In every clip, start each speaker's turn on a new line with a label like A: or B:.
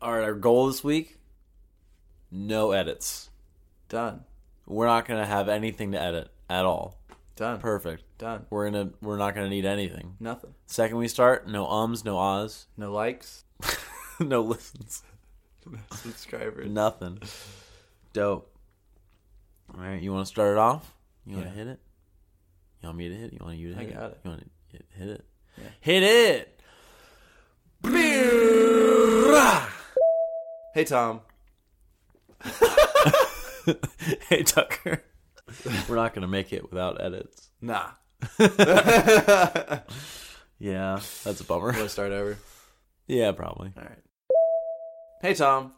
A: our, our goal this week no edits.
B: Done.
A: We're not going to have anything to edit at all.
B: Done.
A: Perfect.
B: Done.
A: We're gonna we're not gonna need anything.
B: Nothing.
A: Second we start, no ums, no ahs,
B: No likes.
A: no listens,
B: No subscribers.
A: nothing. Dope. All right, you want to start it off? You want to
B: Yeah.
A: hit it? You want me to hit? it? You want you to
B: I
A: hit it?
B: got it.
A: You want to hit it?
B: Yeah.
A: Hit it. Beer-rah!
B: Hey Tom.
A: hey Tucker, we're not gonna make it without edits.
B: Nah.
A: Yeah, that's a bummer.
B: Want to start over?
A: yeah, probably.
B: All right. Hey Tom.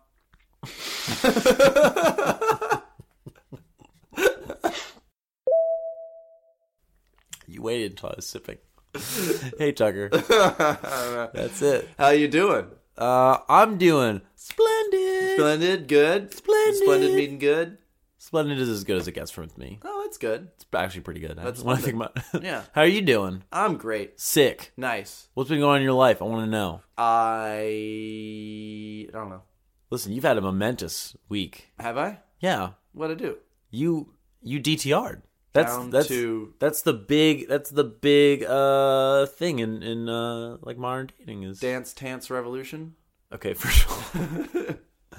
A: You waited until I was sipping. hey Tucker, that's it.
B: How you doing?
A: Uh, I'm doing splendid.
B: Splendid. Good.
A: Splendid.
B: Splendid meeting good.
A: Splendid is as good as it gets from me.
B: Oh, that's good.
A: It's actually pretty good.
B: That's
A: when I think about.
B: Yeah.
A: How are you doing?
B: I'm great.
A: Sick.
B: Nice.
A: What's been going on in your life? I want to know.
B: I don't know.
A: Listen, you've had a momentous week.
B: Have I?
A: Yeah,
B: What I do?
A: you you DTR'd. That's
B: Down
A: that's
B: to-
A: that's the big that's the big uh thing in in uh like modern dating is
B: Dance, dance, revolution.
A: okay first of all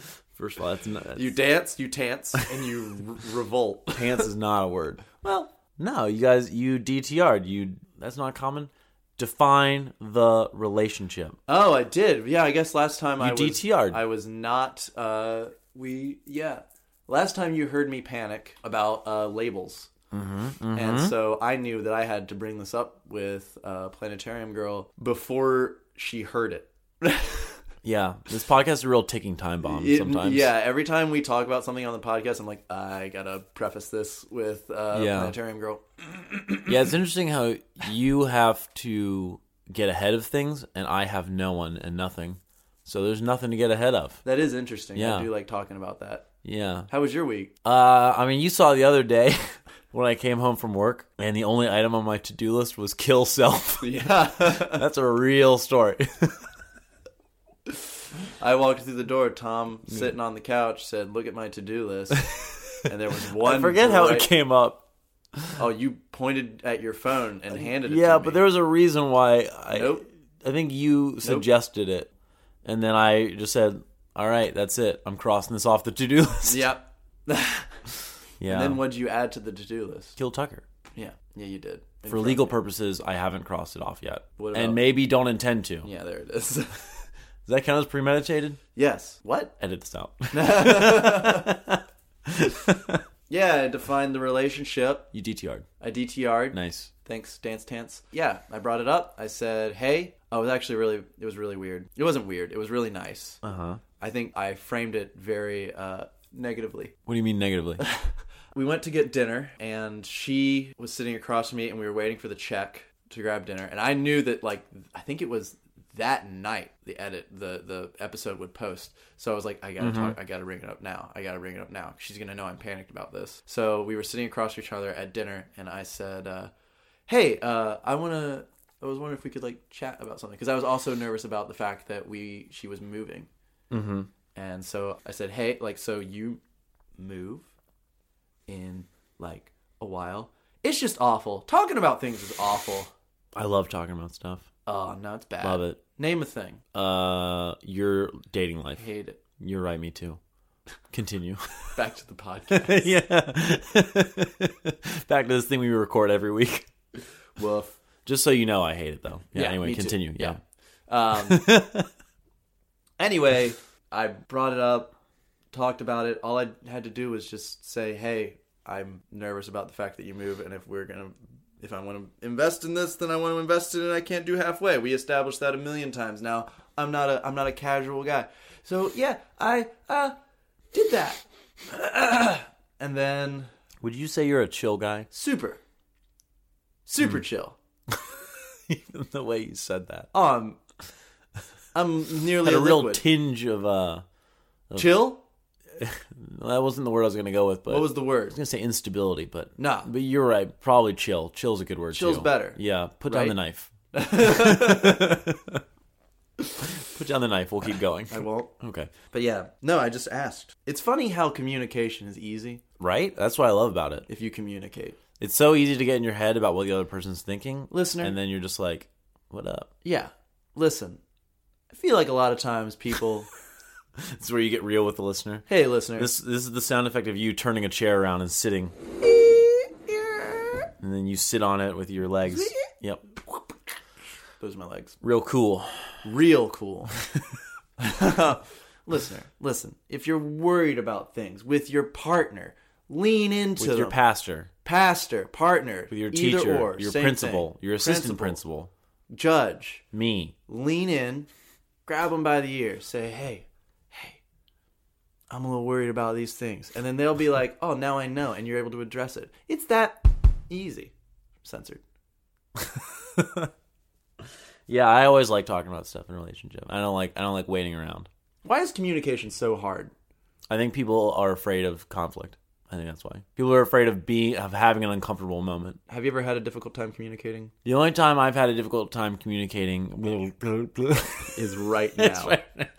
A: first of all that's, not, that's
B: You dance, you tance, and you r- revolt.
A: pants is not a word.
B: Well,
A: No, you guys, you DTR'd. You that's not common. Define the relationship.
B: oh, I did. Yeah, I guess last time I was
A: DTR'd.
B: I was not. Uh, we yeah. Last time you heard me panic about uh, labels,
A: Mm-hmm,
B: and so I knew that I had to bring this up with uh, Planetarium Girl before she heard it.
A: Yeah, this podcast is a real ticking time bomb
B: It-
A: sometimes.
B: Yeah, every time we talk about something on the podcast, I'm like, I gotta preface this with uh,
A: Yeah.
B: Planetarium Girl.
A: yeah. It's interesting how you have to get ahead of things, and I have no one and nothing. So there's nothing to get ahead of.
B: That is interesting.
A: Yeah.
B: I do like talking about that.
A: Yeah.
B: How was your week?
A: Uh, I mean, you saw the other day when I came home from work, and the only item on my to-do list was kill self.
B: Yeah.
A: That's a real story.
B: I walked through the door. Tom, sitting on the couch, said, "Look at my to-do list." And there was one.
A: I forget how it
B: bright-
A: came up.
B: Oh, you pointed at your phone and handed it.
A: Yeah,
B: to
A: but
B: me.
A: there was a reason why I
B: Nope.
A: I think you suggested it. And then I just said, "All right, that's it. I'm crossing this off the to-do list."
B: Yep.
A: Yeah.
B: And then what'd you add to the to-do list?
A: kill Tucker.
B: Yeah. Yeah, you did.
A: For
B: In front-
A: legal purposes, I haven't crossed it off yet.
B: What about-
A: and maybe don't intend to.
B: Yeah, there it is.
A: Does that count as premeditated?
B: yes. What?
A: Edit this out.
B: Yeah, I defined the relationship.
A: you DTR'd.
B: I DTR'd.
A: Nice.
B: Thanks, Dance Tance. Yeah, I brought it up. I said, "Hey." Oh, it was actually really. It was really weird. It wasn't weird. It was really nice.
A: Uh-huh.
B: I think I framed it very uh, negatively.
A: What do you mean negatively?
B: We went to get dinner, and she was sitting across from me, and we were waiting for the check to grab dinner. And I knew that, like, I think it was that night the edit the the episode would post. So I was like, I gotta talk, I gotta bring it up now. I gotta bring it up now. She's gonna know I'm panicked about this. So we were sitting across from each other at dinner, and I said, uh, "Hey, uh, I wanna." I was wondering if we could like chat about something because I was also nervous about the fact that we she was moving. And so I said, "Hey, like, so you move in like a while? It's just awful. Talking about things is awful.
A: I love talking about stuff.
B: Oh no, it's bad.
A: Love it.
B: Name a thing.
A: Uh, your dating life.
B: Hate it.
A: You're right, me too. Continue.
B: Back to the podcast.
A: yeah. Back to this thing we record every week.
B: Woof.
A: Just so you know, I hate it though. Yeah.
B: Yeah,
A: anyway,
B: me too.
A: continue. Yeah.
B: Um, anyway, I brought it up, talked about it. All I had to do was just say, "Hey, I'm nervous about the fact that you move, and if we're gonna, if I want to invest in this, then I want to invest in it. I can't do halfway. We established that a million times. Now, I'm not a, I'm not a casual guy. So yeah, I uh, did that, and then
A: Would you say you're a chill guy?
B: super,
A: Hmm.
B: super chill.
A: Even the way you said that
B: Um, I'm nearly
A: had a real
B: liquid.
A: tinge of uh,
B: chill.
A: well, that wasn't the word I was gonna go with, but
B: What was
A: I
B: the word?
A: was gonna say instability, but
B: Nah.
A: But you're right. Probably chill. Chill's a good word.
B: Chill's
A: too.
B: better,
A: Yeah. Put down
B: right?
A: the knife. Put down the knife. We'll keep going.
B: I won't.
A: Okay.
B: But yeah, no, I just asked. It's funny how communication is easy
A: Right? That's what I love about it.
B: if you communicate.
A: It's so easy to get in your head about what the other person's thinking,
B: Listener.
A: and then you're just like, "What up?"
B: yeah. Listen, I feel like a lot of times people,
A: It's where you get real with the listener.
B: hey, listener,
A: This this is the sound effect of you turning a chair around and sitting, and then you sit on it with your legs. Yep.
B: those are my legs.
A: Real cool.
B: Real cool. listener, listen, if you're worried about things with your partner, lean into
A: With your
B: them.
A: pastor,
B: pastor, partner,
A: with your
B: either
A: teacher,
B: or,
A: your
B: same
A: principal,
B: thing.
A: your assistant principal,
B: judge,
A: me.
B: lean in, grab them by the ear, say, "Hey, hey, I'm a little worried about these things," and then they'll be like, "Oh, now I know," and you're able to address it. It's that easy. Censored.
A: Yeah, I always like talking about stuff in a relationship. I don't like I don't like waiting around.
B: Why is communication so hard?
A: I think people are afraid of conflict. I think that's why people are afraid of being of having an uncomfortable moment.
B: Have you ever had a difficult time communicating?
A: The only time I've had a difficult time communicating
B: Is right now.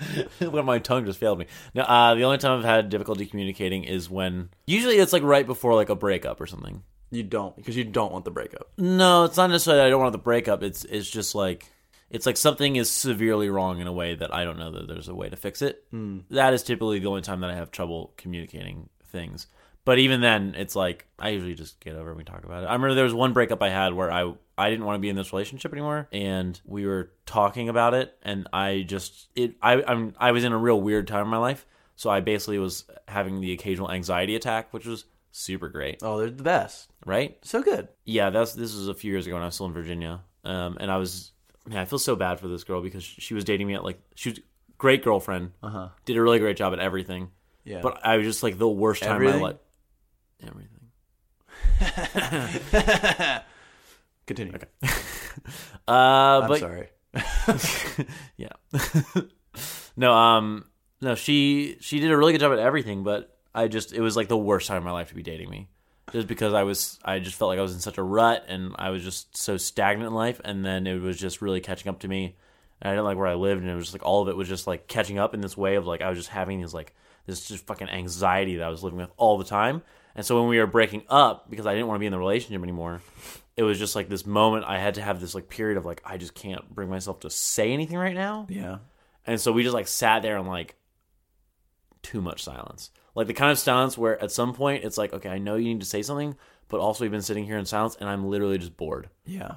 A: when my tongue just failed me. No, uh, the only time I've had difficulty communicating is when usually it's like right before like a breakup or something.
B: You don't because you don't want the breakup.
A: No, it's not necessarily that I don't want the breakup. It's it's just like it's like something is severely wrong in a way that I don't know that there's a way to fix it. That is typically the only time that I have trouble communicating things. But even then, it's like I usually just get over it and we talk about it. I remember there was one breakup I had where I I didn't want to be in this relationship anymore, and we were talking about it, and I just it I I'm I was in a real weird time in my life, so I basically was having the occasional anxiety attack, which was super great,
B: Oh, they're the best.
A: right?
B: So good.
A: yeah, that's this was a few years ago when I was still in Virginia, um, and I was man, I feel so bad for this girl because she was dating me at like she was great girlfriend,
B: Uh-huh.
A: did a really great job at everything,
B: Yeah.
A: but I was just like the worst time of
B: Everything?
A: my life. Everything.
B: continue.
A: Uh,
B: I'm
A: but
B: sorry.
A: yeah, no, um, no, she she did a really good job at everything, but I just it was like the worst time of my life to be dating me, just because I was I just felt like I was in such a rut and I was just so stagnant in life, and then it was just really catching up to me, and I didn't like where I lived, and it was just like all of it was just like catching up in this way of like I was just having these like this just fucking anxiety that I was living with all the time, and so when we were breaking up because I didn't want to be in the relationship anymore. It was just like this moment I had to have this like period of like I just can't bring myself to say anything right now.
B: Yeah.
A: And so we just like sat there and like too much silence. Like the kind of silence where at some point it's like, okay, I know you need to say something, but also we've been sitting here in silence and I'm literally just bored.
B: Yeah.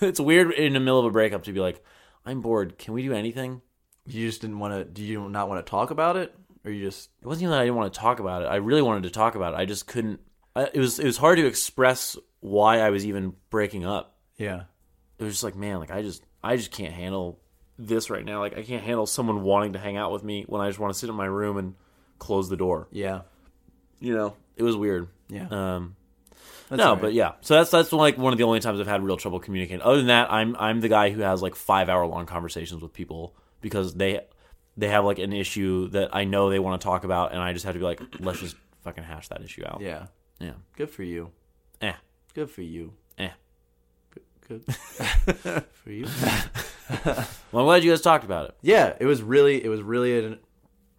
A: it's weird in the middle of a breakup to be like, I'm bored. Can we do anything?
B: You just didn't want to. Do you not want to talk about it, or you just
A: It wasn't even that I didn't want to talk about it. I really wanted to talk about it. I just couldn't. I, it was it was hard to express why I was even breaking up.
B: yeah?
A: it was just like man like i just i just can't handle this right now like i can't handle someone wanting to hang out with me when i just want to sit in my room and close the door
B: Yeah.
A: you know it was weird
B: Yeah.
A: um
B: That's
A: no
B: all right.
A: but yeah so that's that's like one of the only times i've had real trouble communicating other than that i'm i'm the guy who has like five hour long conversations with people because they they have like an issue that i know they want to talk about and i just have to be like let's just fucking hash that issue out
B: Yeah.
A: yeah
B: Good for you.
A: eh
B: Good for you.
A: eh
B: Good for you.
A: well i'm glad you guys talked about it
B: Yeah, it was really it was really an,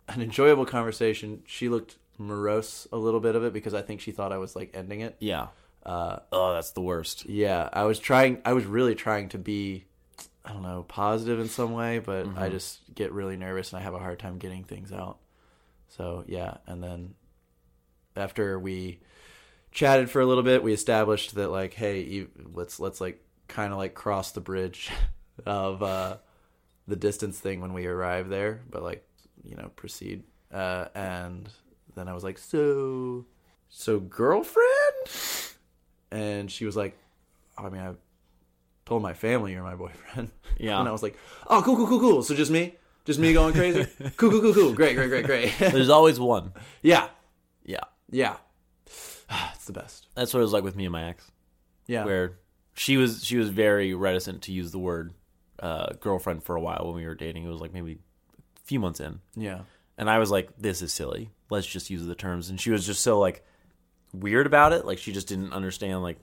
B: an enjoyable conversation. She looked morose a little bit of it because I think she thought I was like ending it.
A: yeah uh oh that's the worst
B: Yeah, I was trying I was really trying to be I don't know, positive in some way, but I just get really nervous and I have a hard time getting things out. So, yeah, and then after we chatted for a little bit, we established that like, hey, you, let's let's like kind of like cross the bridge of uh the distance thing when we arrive there, but like, you know, proceed. Uh and then I was like, "So, so girlfriend?" And she was like, I mean, I told my family you're my boyfriend.
A: Yeah.
B: and I was like, "Oh, cool, cool, cool, cool. So just me? Just me going crazy? cool, cool, cool, cool. Great, great, great, great.
A: there's always one
B: yeah.
A: yeah
B: Yeah. it's the best.
A: That's what it was like with me and my ex,
B: Yeah.
A: where she was she was very reticent to use the word uh, girlfriend for a while when we were dating. It was like maybe a few months in,
B: Yeah.
A: and I was like, "This is silly. Let's just use the terms." And she was just so like weird about it. Like she just didn't understand like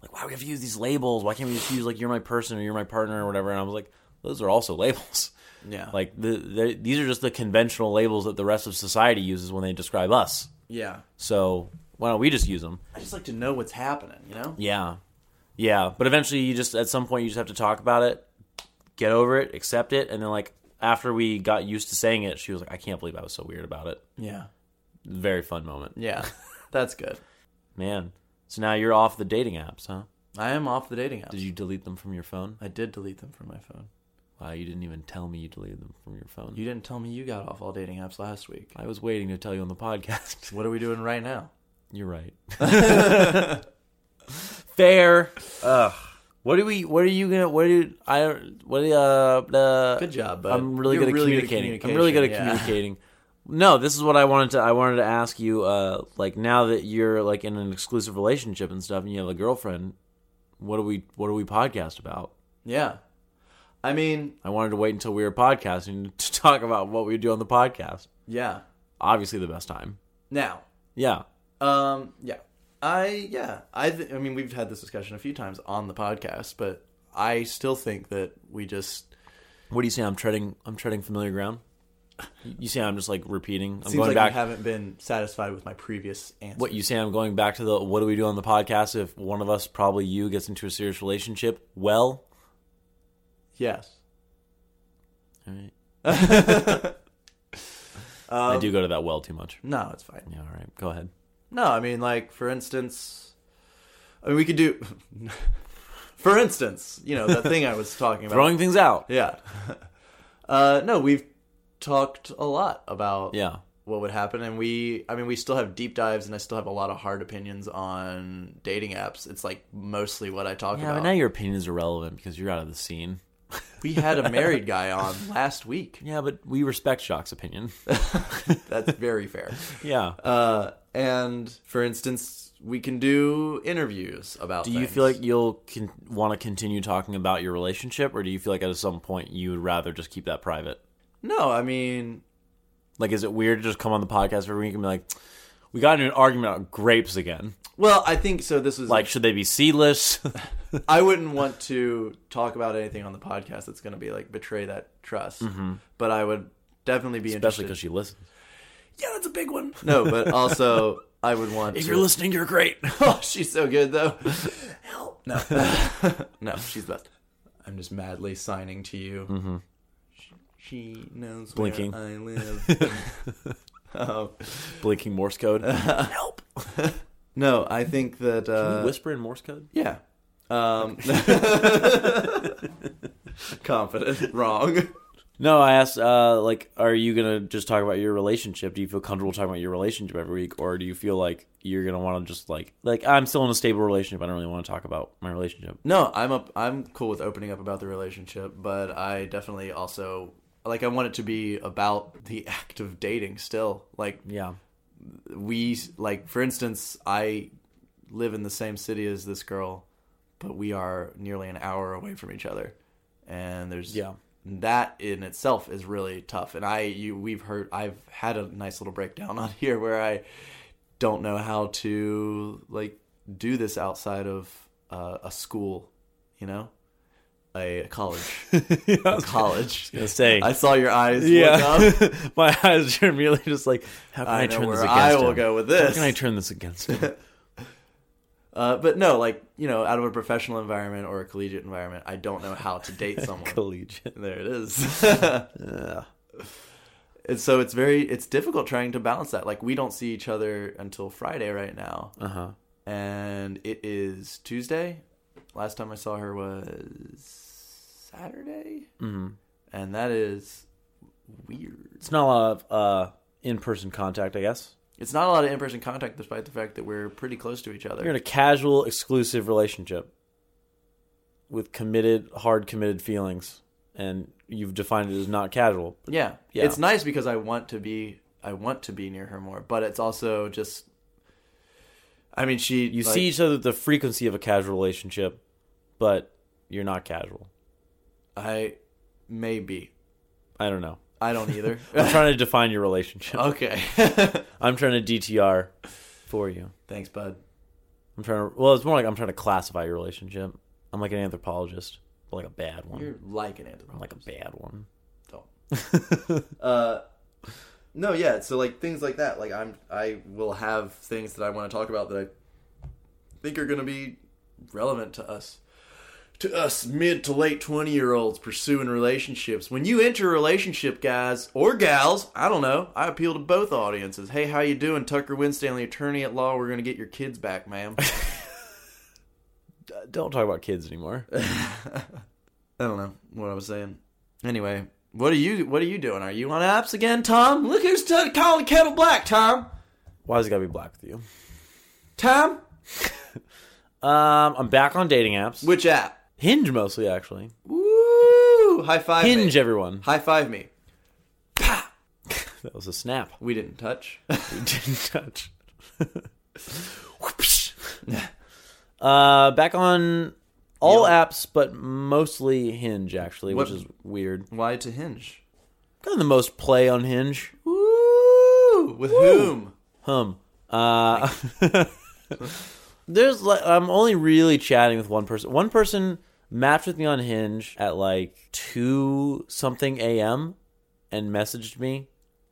A: like why do we have to use these labels? Why can't we just use like you're my person or you're my partner or whatever? And I was like, those are also labels.
B: Yeah.
A: Like the, the these are just the conventional labels that the rest of society uses when they describe us.
B: yeah.
A: So why don't we just use them?
B: I just like to know what's happening, you know?
A: Yeah, yeah. But eventually, you just at some point you just have to talk about it, get over it, accept it, and then like after we got used to saying it, she was like, "I can't believe I was so weird about it."
B: Yeah.
A: Very fun moment,
B: Yeah. That's good.
A: man. So now you're off the dating apps, huh?
B: I am off the dating app.
A: Did you delete them from your phone?
B: I did delete them from my phone.
A: Wow, you didn't even tell me you deleted them from your phone.
B: You didn't tell me you got off all dating apps last week.
A: I was waiting to tell you on the podcast.
B: What are we doing right now?
A: You're right. Fair. Ugh. What do we? What are you gonna? What do you- I? don't- What do uh, the?
B: Good job, bud.
A: I'm really
B: You're
A: good at
B: really good at
A: communicating. I'm really good at
B: communication, yeah.
A: communicating. No, this is what I wanted to. I wanted to ask you. Uh, like now that you're like in an exclusive relationship and stuff, and you have a girlfriend, what do we? What do we podcast about?
B: Yeah. I mean,
A: I wanted to wait until we were podcasting to talk about what we do on the podcast.
B: yeah.
A: Obviously, the best time.
B: Now,
A: Yeah.
B: Um, yeah, I yeah, I th- I mean we've had this discussion a few times on the podcast, but I still think that we just
A: What do you say? I'm treading. I'm treading familiar ground. You say I'm just like repeating. I'm
B: seems
A: going
B: like
A: back.
B: you haven't been satisfied with my previous answer.
A: what you say? I'm going back to the. What do we do on the podcast if one of us, probably you, gets into a serious relationship? Well,
B: yes,
A: all right.
B: um,
A: I do go to that well too much.
B: No, it's fine.
A: Yeah. All right. Go ahead.
B: No, I mean like for instance, I mean we could do. For instance, you know that thing I was talking about.
A: Throwing things out.
B: Yeah. Uh, no, we've talked a lot about
A: Yeah.
B: what would happen and we i mean we still have deep dives and i still have a lot of hard opinions on dating apps it's like mostly what i talk
A: Yeah. But
B: about
A: now your opinion is irrelevant because you're out of the scene.
B: we had a married guy on last week
A: Yeah, but we respect Shock's opinion.
B: that's very fair
A: yeah.
B: uh, and for instance we can do interviews about
A: Do you feel like you'll con- want to continue talking about your relationship, or do you feel like at some point you would rather just keep that private?
B: no i mean
A: Like, is it weird to just come on the podcast every week and be like, we got into an argument about grapes again?
B: well i think so this is
A: Like, should they be seedless?
B: I wouldn't want to talk about anything on the podcast that's going to be like betray that trust, but I would definitely be
A: Mm-hmm. Especially because she
B: interested.
A: listens.
B: yeah, that's a big one. No, but also I would want
A: If
B: to
A: you're listening, you're great.
B: Oh, she's so good though. Help! No, no, she's the best. I'm just madly signing to you. Mm-hmm. She, she knows
A: Blinking.
B: where I live. um,
A: Blinking Morse code.
B: Help! no, I think that uh,
A: Whisper in Morse code?
B: yeah. Um, confident, wrong.
A: No, I asked, uh, like, are you going to just talk about your relationship? Do you feel comfortable talking about your relationship every week? Or do you feel like you're going to want to just, like, like, I'm still in a stable relationship. I don't really want to talk about my relationship.
B: No, I'm up. I'm cool with opening up about the relationship, but I definitely also like I want it to be about the act of dating. Still, like
A: Yeah.
B: we like for instance i live in the same city as this girl but we are nearly an hour away from each other and there's
A: Yeah.
B: that in itself is really tough and i you we've heard i've had a nice little breakdown on here where i don't know how to like do this outside of uh, a school you know a college a college
A: I say,
B: i saw your eyes look up.
A: yeah. my eyes are immediately just like, how can I,
B: i, know
A: turn this
B: where
A: against
B: i will
A: him?
B: go with
A: How
B: this
A: can I turn this against him?
B: Uh, but no, like you know, out of a professional environment or a collegiate environment, I don't know how to date someone.
A: Collegiate.
B: there it is. And so it's very it's difficult trying to balance that. Like we don't see each other until Friday right now,
A: Uh huh.
B: and it is Tuesday. Last time I saw her was Saturday,
A: hmm
B: and that is weird.
A: It's not a lot of uh, in person contact, I guess.
B: It's not a lot of in person contact, despite the fact that we're pretty close to each other.
A: You're in a casual, exclusive relationship with committed, hard committed feelings, and you've defined it as not casual.
B: Yeah.
A: Yeah.
B: It's nice because I want to be I want to be near her more, but it's also just I mean she
A: You see each other at the frequency of a casual relationship, but you're not casual.
B: I maybe.
A: I don't know.
B: I don't either.
A: I'm trying to define your relationship.
B: okay.
A: I'm trying to DTR for you.
B: Thanks, bud.
A: I'm trying to. Well, it's more like I'm trying to classify your relationship. I'm like an anthropologist. like a bad one.
B: You're like an anthropologist.
A: I'm like a bad one.
B: Don't. uh, no, yeah. So like things like that. Like I'm, I will have things that I want to talk about that I think are going to be relevant to us, to us mid to late twenty year olds pursuing relationships. When you enter a relationship, guys or gals, I don't know. I appeal to both audiences. Hey, how you doing, Tucker Winstanley, attorney at law? We're going to get your kids back, ma'am.
A: D- Uh, Don't talk about kids anymore.
B: I don't know what I was saying. Anyway, what are you what are you doing? Are you on apps again, Tom? Look who's t- calling kettle black, Tom.
A: Why's it gotta be black with you?
B: Tom,
A: Um, I'm back on dating apps.
B: which app?
A: Hinge mostly, actually.
B: Woo! High five
A: Hinge,
B: me.
A: everyone.
B: High five me.
A: That was a snap.
B: We didn't touch.
A: We didn't touch. Whoops. uh, back on all apps, but mostly Hinge, actually,
B: What-
A: which is weird.
B: Why to Hinge?
A: Kind of the most play on Hinge.
B: Woo! With whom?
A: Hum. Uh, there's like I'm only really chatting with one person. One person matched with me on Hinge at like two something a.m. and messaged me.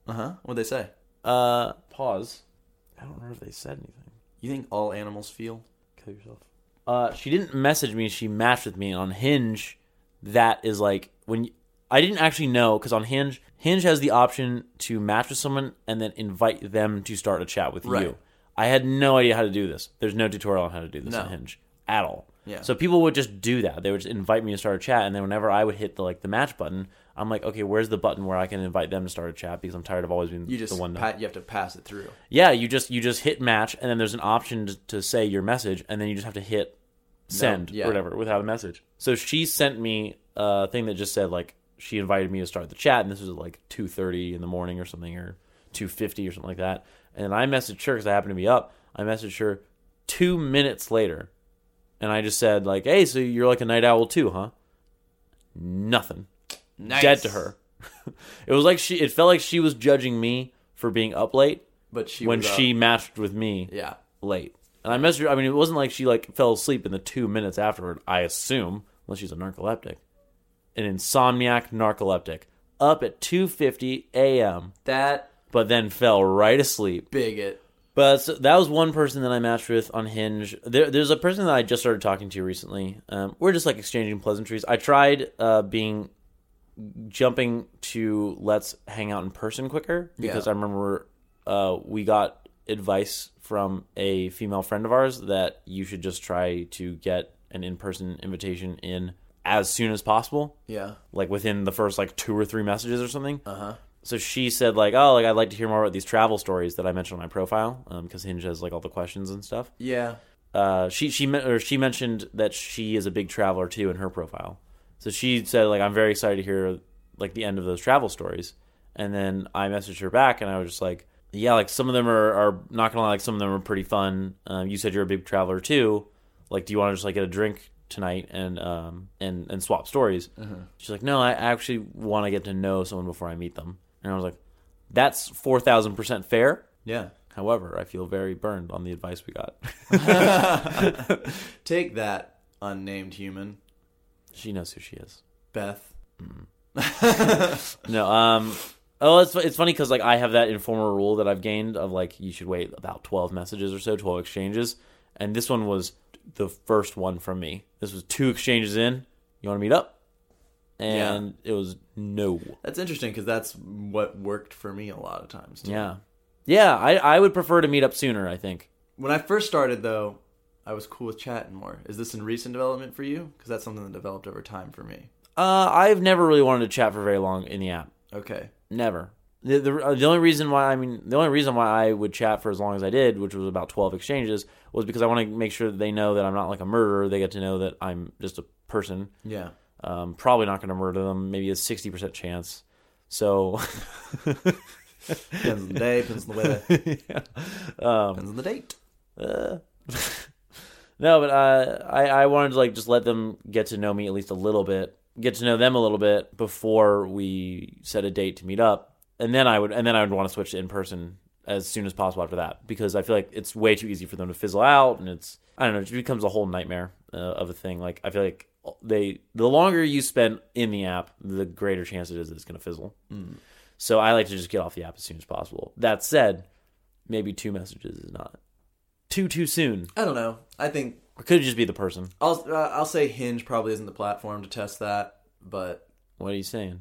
B: Uh huh. What'd they say?
A: Uh, pause. I don't remember if they said anything.
B: You think all animals feel?
A: Kill yourself. Uh, she didn't message me. She matched with me on Hinge. That is like when y I didn't actually know because on Hinge, Hinge has the option to match with someone and then invite them to start a chat with
B: Right.
A: you. I had no idea how to do this. There's no tutorial on how to do this
B: No.
A: on Hinge at all.
B: Yeah.
A: So people would just do that. They would just invite me to start a chat, and then whenever I would hit the like the match button, I'm like, okay, where's the button where I can invite them to start a chat? Because I'm tired of always being
B: You just
A: the one. to-
B: pat, you have to pass it through.
A: yeah, you just you just hit match, and then there's an option to, to say your message, and then you just have to hit send
B: yeah.
A: or whatever without a message. So she sent me a thing that just said like she invited me to start the chat, and this was like two thirty in the morning or something, or two fifty or something like that. And I messaged her because I happened to be up. I messaged her two minutes later, and I just said like, "Hey, so you're like a night owl too, huh?" Nothing
B: Nice.
A: dead to her. it was like she. It felt like she was judging me for being up late
B: But she
A: when
B: was, uh,
A: she matched with me
B: yeah.
A: late. And I messaged her. I mean, it wasn't like she like fell asleep in the two minutes afterward. I assume, unless she's a narcoleptic, an insomniac narcoleptic, up at two fifty a.m.
B: That
A: But then fell right asleep.
B: bigot.
A: But so that was one person that I matched with on Hinge. There, there's a person that I just started talking to recently. Um, we're just like exchanging pleasantries. I tried uh, being jumping to let's hang out in person quicker because
B: Yeah.
A: I remember uh, we got advice from a female friend of ours that you should just try to get an in-person invitation in as soon as possible
B: Yeah.
A: like within the first like two or three messages or something. Uh huh. So she said like, oh, like I'd like to hear more about these travel stories that I mentioned on my profile because Hinge has like all the questions and stuff.
B: Yeah.
A: Uh, she she men- or she mentioned that she is a big traveler too in her profile. So she said like, I'm very excited to hear like the end of those travel stories. And then I messaged her back and I was just like, yeah, like some of them are are not gonna lie, like some of them are pretty fun. Um, you said you're a big traveler too. Like, do you want to just like get a drink tonight and um and and swap stories? She's like, no, I actually want to get to know someone before I meet them. And I was like, that's four thousand percent fair.
B: Yeah.
A: However, I feel very burned on the advice we got.
B: Take that, unnamed human,
A: She knows who she is.
B: Beth.
A: No, um, oh, it's it's funny because like I have that informal rule that I've gained of like you should wait about twelve messages or so, twelve exchanges, and this one was the first one from me. This was two exchanges in. You want to meet up? And it was no.
B: That's interesting because that's what worked for me a lot of times. Too.
A: Yeah, yeah. I I would prefer to meet up sooner. I think.
B: When I first started, though, I was cool with chatting more. Is this in recent development for you? Because that's something that developed over time for me.
A: Uh, I've never really wanted to chat for very long in the app.
B: Okay.
A: Never. The, the, uh, the only reason why I mean the only reason why I would chat for as long as I did, which was about twelve exchanges, was because I want to make sure that they know that I'm not like a murderer. They get to know that I'm just a person.
B: Yeah.
A: Um, probably not going to murder them. Maybe a sixty percent chance. So
B: Depends on the day, depends on the weather, depends on the date.
A: no, but uh, I I wanted to like just let them get to know me at least a little bit, get to know them a little bit before we set a date to meet up, and then I would and then I would want to switch to in person as soon as possible after that because I feel like it's way too easy for them to fizzle out and it's I don't know it becomes a whole nightmare uh, of a thing. Like I feel like they the longer you spend in the app, the greater chance it is that it's going to fizzle. So I like to just get off the app as soon as possible. That said, maybe two messages is not too too soon.
B: I don't know. I think
A: Or could it just be the person?
B: I'll uh, I'll say Hinge probably isn't the platform to test that, but
A: What are you saying?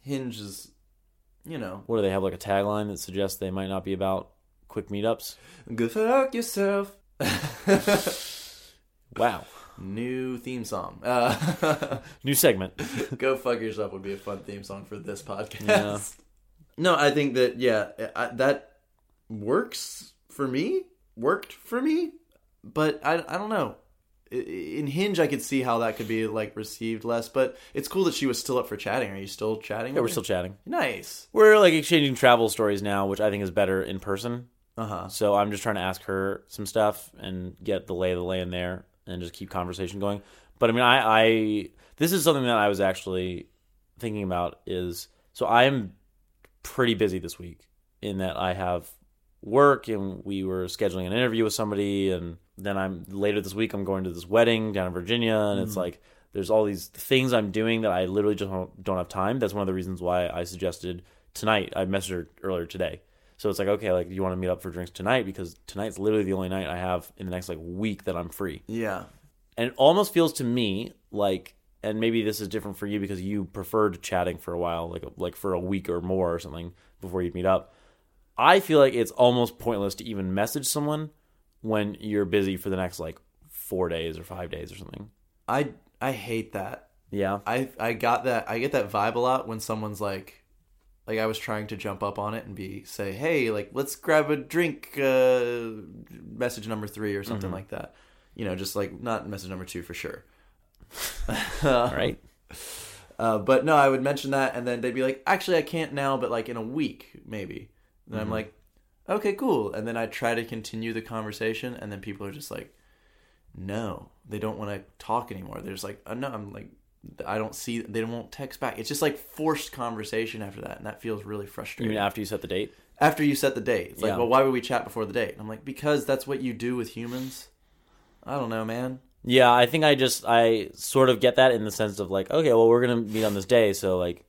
B: Hinge is, you know,
A: What do they have like a tagline that suggests they might not be about quick meetups?
B: good fuck yourself.
A: Wow,
B: New theme song. Uh,
A: new segment.
B: go fuck yourself would be a fun theme song for this podcast.
A: Yeah.
B: No, I think that yeah, I, that works for me. Worked for me, but I I don't know. I- In Hinge, I could see how that could be like received less, but it's cool that she was still up for chatting. Are you still chatting?
A: Yeah, we're
B: with her?
A: still chatting.
B: nice.
A: We're like exchanging travel stories now, which I think is better in person.
B: Uh huh.
A: So I'm just trying to ask her some stuff and get the lay of the land there and just keep conversation going. But I mean, I, I this is something that I was actually thinking about is so I'm pretty busy this week in that I have work and we were scheduling an interview with somebody and then I'm later this week I'm going to this wedding down in Virginia and it's like there's all these things I'm doing that I literally just don't, don't have time. That's one of the reasons why I suggested tonight. I messaged her earlier today. So it's like, okay, like you want to meet up for drinks tonight because tonight's literally the only night I have in the next like week that I'm free.
B: Yeah.
A: And it almost feels to me like and maybe this is different for you because you preferred chatting for a while, like like for a week or more or something before you'd meet up. I feel like it's almost pointless to even message someone when you're busy for the next like 4 days or 5 days or something.
B: I I hate that.
A: Yeah.
B: I I got that. I get that vibe a lot when someone's like, like I was trying to jump up on it and be say, hey, like let's grab a drink. Uh, message number three or something
A: Mm-hmm.
B: like that. You know, just like not message number two for sure.
A: All right.
B: Uh, but no, I would mention that, and then they'd be like, actually, I can't now, but like in a week maybe. And I'm like, okay, cool. And then I try to continue the conversation, and then people are just like, no, they don't want to talk anymore. They're just like, oh, no, I'm like, I don't see, they won't text back. It's just like forced conversation after that, and that feels really
A: You
B: frustrating.
A: mean after you set the date?
B: after you set the date, it's like,
A: Yeah.
B: well, why would we chat before the date? And I'm like, because that's what you do with humans. I don't know, man.
A: Yeah, I think I just I sort of get that in the sense of like, okay, well, we're gonna meet on this day, so like,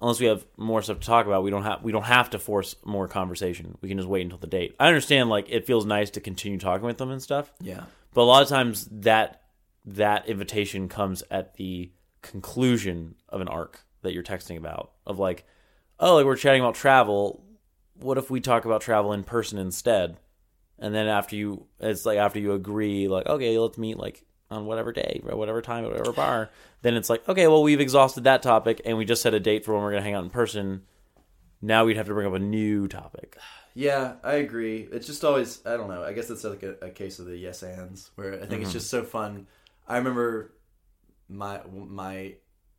A: unless we have more stuff to talk about, we don't have we don't have to force more conversation. We can just wait until the date. I understand like it feels nice to continue talking with them and stuff,
B: Yeah.
A: but a lot of times that that invitation comes at the conclusion of an arc that you're texting about of like, oh, like we're chatting about travel. What if we talk about travel in person instead? And then after you, it's like after you agree, like okay, let's meet like on whatever day, or whatever time, at whatever bar. Then it's like okay, well we've exhausted that topic, and we just set a date for when we're gonna hang out in person. Now we'd have to bring up a new topic.
B: Yeah, I agree. It's just always I don't know. I guess it's like a, a case of the yes ands where I think
A: Mm-hmm.
B: it's just so fun. I remember my my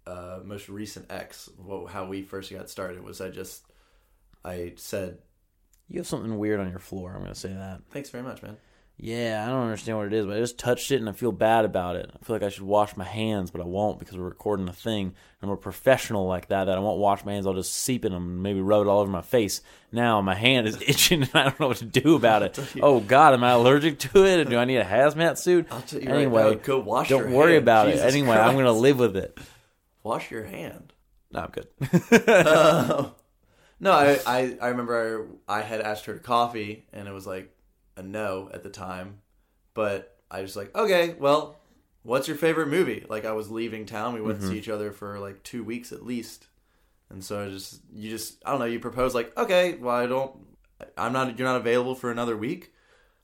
B: uh, most recent ex. wh- How we first got started was I just I said
A: You have something weird on your floor. I'm gonna say that.
B: thanks very much, man.
A: Yeah, I don't understand what it is, but I just touched it and I feel bad about it. I feel like I should wash my hands, but I won't because we're recording a thing. And I'm a professional like that that I won't wash my hands. I'll just seep in them and maybe rub it all over my face. Now my hand is itching and I don't know what to do about it. Oh God, am I allergic to it? And do I need a hazmat suit?
B: I'll tell you right
A: anyway,
B: now, go wash
A: Don't
B: your
A: worry
B: hand.
A: about it.
B: Jesus
A: Anyway, I'm
B: Christ.
A: gonna live with it.
B: Wash your hand.
A: No, I'm good.
B: No, I I, I remember I, I had asked her to coffee and it was like a no at the time, but I was like okay, well, what's your favorite movie? Like I was leaving town, we wouldn't
A: Mm-hmm.
B: see each other for like two weeks at least, and so I just you just I don't know you propose like okay, well I don't I'm not you're not available for another week.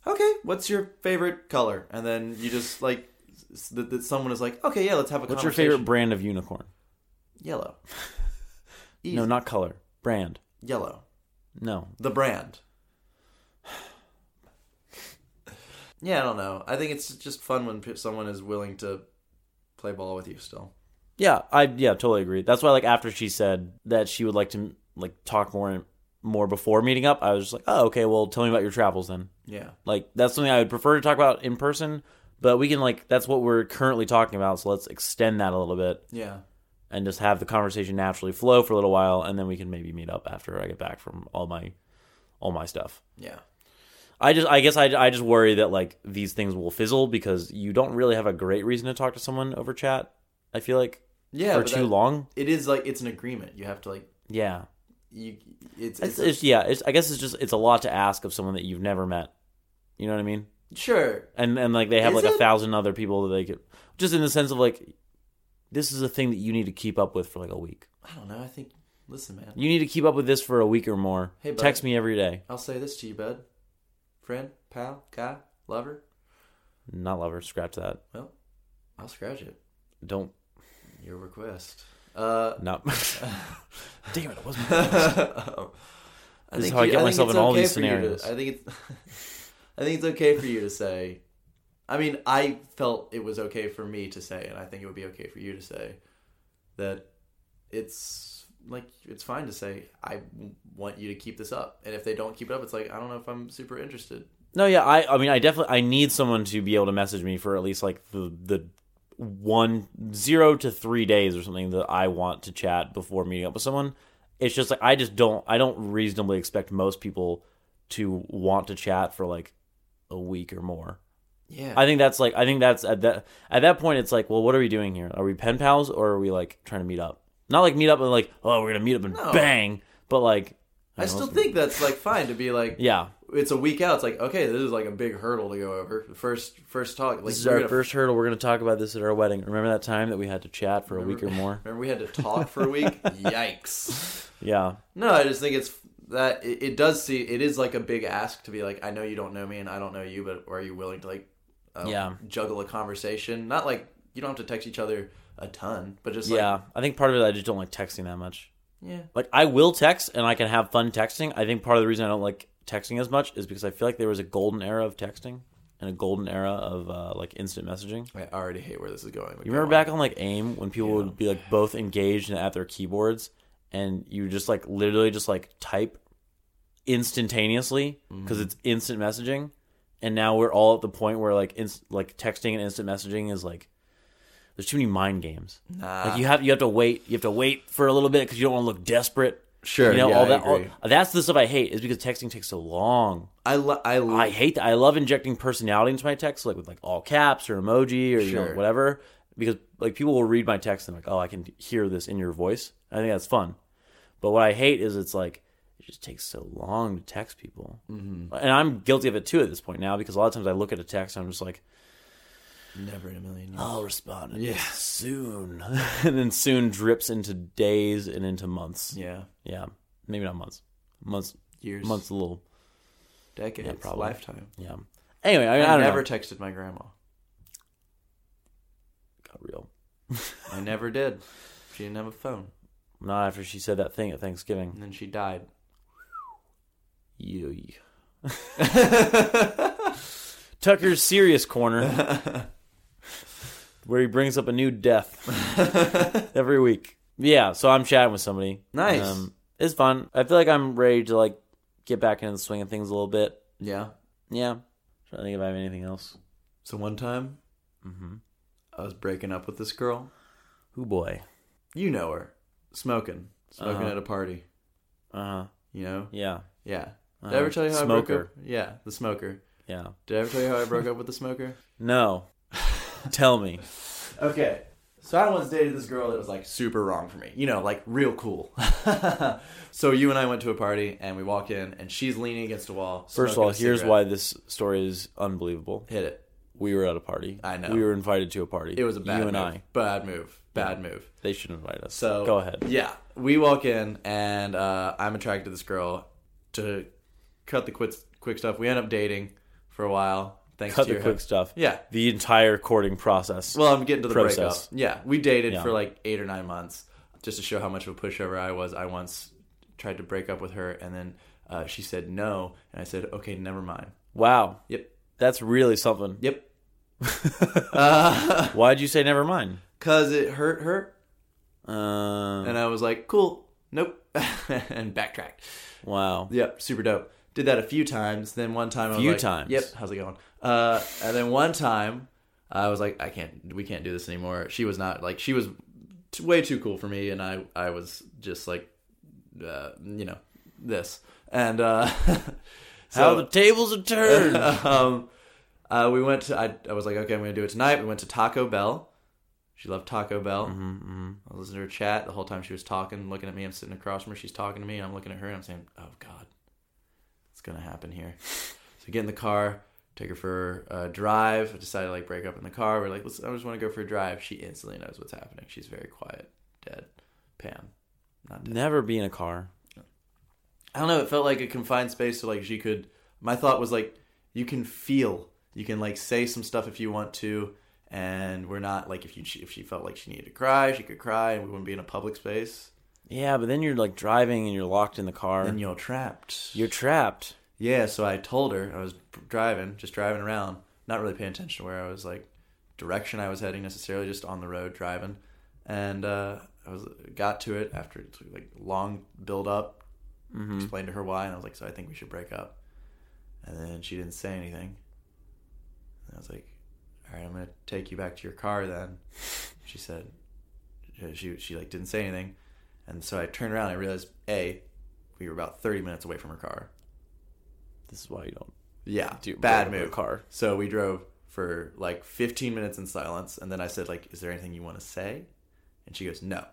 B: Okay, what's your favorite color? And then you just like s- that, that someone is like okay yeah let's have a
A: What's your
B: conversation.
A: favorite brand of unicorn?
B: yellow
A: No, not color. Brand.
B: yellow
A: No.
B: the brand. Yeah, I don't know. I think it's just fun when p- someone is willing to play ball with you still.
A: Yeah, I yeah totally agree. That's why like after she said that she would like to like talk more more before meeting up, I was just like, oh okay, well tell me about your travels then.
B: Yeah.
A: Like that's something I would prefer to talk about in person, but we can like that's what we're currently talking about, so let's extend that a little bit
B: Yeah.
A: and just have the conversation naturally flow for a little while, and then we can maybe meet up after I get back from all my all my stuff.
B: Yeah.
A: I just, I guess, I, I just worry that like these things will fizzle because you don't really have a great reason to talk to someone over chat. I feel like
B: Yeah,
A: for
B: but
A: too
B: that-
A: long.
B: It is like it's an agreement. You have to like
A: Yeah,
B: you. It's,
A: it's,
B: it's,
A: it's yeah. It's, I guess it's just it's a lot to ask of someone that you've never met. You know what I mean?
B: sure.
A: And and like they have
B: Is
A: like a
B: it?
A: thousand other people that they could just in the sense of like this is a thing that you need to keep up with for like a week.
B: I don't know. I think. Listen, man.
A: You need to keep up with this for a week or more.
B: Hey, bud.
A: Text me every day.
B: I'll say this to you, bud. Friend, pal, guy, lover.
A: Not lover, scratch that.
B: Well, I'll scratch it.
A: Don't
B: Your request. Uh,
A: not Damn it, it wasn't
B: I
A: This is
B: think
A: how I
B: you-
A: get
B: think
A: myself
B: it's
A: in all
B: okay
A: these
B: for you to-
A: scenarios.
B: I think it's, I think it's okay for you to say. I mean, I felt it was okay for me to say, and I think it would be okay for you to say that it's like it's fine to say I want you to keep this up, and if they don't keep it up, it's like I don't know if I'm super interested.
A: No, yeah, I I mean I definitely I need someone to be able to message me for at least like the the one zero to three days or something that I want to chat before meeting up with someone. It's just like I just don't I don't reasonably expect most people to want to chat for like a week or more.
B: Yeah,
A: I think that's like I think that's at that at that point it's like, well, what are we doing here? Are we pen pals or are we like trying to meet up? Not like meet up and like, oh, we're gonna meet up and
B: No.
A: bang, but like
B: I still think that's like fine to be like
A: yeah,
B: it's a week out. It's like okay, this is like a big hurdle to go over. The First, first talk. Like,
A: This is
B: we're
A: our
B: gonna-
A: first hurdle. We're going to talk about this at our wedding. Remember that time that we had to chat for a week or more?
B: Remember, we had to talk for a week. Yikes.
A: Yeah.
B: No, I just think it's that it, it does see it is like a big ask to be like, I know you don't know me and I don't know you, but are you willing to like, um,
A: Yeah.
B: juggle a conversation? Not like you don't have to text each other a ton, but just like,
A: yeah. I think part of it, I just don't like texting that much.
B: yeah,
A: Like, I will text and I can have fun texting. I think part of the reason I don't like texting as much is because I feel like there was a golden era of texting and a golden era of uh, like instant messaging.
B: I already hate where this is going. but
A: You
B: go
A: remember
B: on.
A: back on like AIM when people would be like both engaged and at their keyboards and you just like literally just like type instantaneously
B: Mm-hmm.
A: because it's instant messaging and now we're all at the point where like inst- like texting and instant messaging is like there's too many mind games.
B: Nah.
A: Like you have you have to wait, you have to wait for a little bit cuz you don't want to look desperate.
B: Sure,
A: You know
B: yeah,
A: all
B: I
A: that
B: agree.
A: all- that's the stuff I hate is because texting takes so long.
B: I lo- I, lo-
A: I hate that. I love injecting personality into my text, like with like all caps or emoji or you know
B: Sure.
A: whatever, because like people will read my text and like, oh, I can hear this in your voice. I think that's fun. But what I hate is it's like it just takes so long to text people, mm-hmm. and I'm guilty of it too at this point now because a lot of times I look at a text and I'm just like,
B: never in a million years.
A: I'll respond
B: Yeah.
A: soon, and then soon drips into days and into months. Yeah,
B: yeah,
A: maybe not months, months,
B: years,
A: months, a little.
B: decades,
A: Yeah, probably.
B: lifetime.
A: Yeah. Anyway, I, mean, I
B: I,
A: don't
B: never
A: know.
B: texted my grandma.
A: Got real.
B: I never did. She didn't have a phone,
A: Not after she said that thing at Thanksgiving.
B: and then she died.
A: Yo. Tucker's serious corner, where he brings up a new death every week. Yeah, so I'm chatting with somebody. Um,
B: Nice.
A: it's fun. I feel like I'm ready to like get back into the swing of things a little bit.
B: yeah.
A: Yeah, trying to think if I have anything else.
B: So one time, Mm-hmm. I was breaking up with this girl.
A: Who boy?
B: You know her, smoking, smoking
A: Uh-huh.
B: at a party.
A: Uh huh.
B: You know,
A: Yeah.
B: yeah. Did
A: Uh,
B: I ever tell you how I
A: smoker.
B: broke up? Yeah, the smoker.
A: Yeah.
B: Did I ever tell you how I broke up with the smoker?
A: No. Tell me.
B: Okay. So I once dated this girl that was like super wrong for me. You know, like real cool. so you and I went to a party and we walk in and she's leaning against a wall.
A: First of
B: smoking
A: all,
B: a
A: here's
B: cigarette.
A: why this story is unbelievable.
B: hit it.
A: We were at a party.
B: I know.
A: We were invited to a party.
B: It was a bad
A: you
B: move.
A: and I.
B: Bad move. Bad move.
A: They should invite us.
B: So
A: go ahead.
B: Yeah, we walk in and uh, I'm attracted to this girl. To cut the quick quick stuff, we end up dating for a while. Thanks
A: Cut
B: to
A: the
B: your
A: quick stuff.
B: Yeah.
A: The entire courting process.
B: Well, I'm getting to the
A: Process.
B: breakup. Yeah, we dated
A: Yeah.
B: for like eight or nine months just to show how much of a pushover I was. I once tried to break up with her and then uh, she said no, and I said okay, never mind.
A: wow.
B: Yep,
A: That's really something.
B: yep, Uh,
A: Why'd you say never mind?
B: cause it hurt her,
A: Uh,
B: and I was like, cool, nope, and backtracked.
A: wow.
B: Yep, super dope. Did that a few times. Then one time, I was
A: Few
B: like,
A: times.
B: Yep, how's it going? Uh, and then one time, I was like, I can't, we can't do this anymore. She was not like, she was t- way too cool for me, and I, I was just like, uh, you know, this. And uh,
A: How the tables are turned.
B: um, uh, we went to, I, I was like, okay, I'm going to do it tonight. We went to Taco Bell. She loved Taco Bell. I listened to her chat the whole time she was talking, looking at me. I'm sitting across from her. She's talking to me, and I'm looking at her, and I'm saying, oh, God, it's going to happen here. so I get in the car, take her for a drive. I decided to like break up in the car. We're like, Let's, I just want to go for a drive. She instantly knows what's happening. She's very quiet, dead. Pam, not dead.
A: Never be in a car.
B: I don't know. It felt like a confined space, so like she could. My thought was like, you can feel, you can like say some stuff if you want to, and we're not like if you if she felt like she needed to cry, she could cry, and we wouldn't be in a public space.
A: Yeah, but then you're like driving and you're locked in the car.
B: And you're trapped.
A: you're trapped.
B: Yeah, so I told her I was driving, just driving around, not really paying attention to where I was like direction I was heading necessarily, just on the road driving, and uh, I was got to it after like long build up. Explained to her why, and I was like, "So I think we should break up." And then she didn't say anything. And I was like, "All right, I'm gonna take you back to your car." Then she said, uh, "She she like didn't say anything," and so I turned around. and I realized a we were about 30 minutes away from her car.
A: This is why you don't
B: Yeah,
A: do
B: bad
A: break up
B: move.
A: a car.
B: So we drove for like 15 minutes in silence, and then I said, "Like, is there anything you want to say?" And she goes, "No." I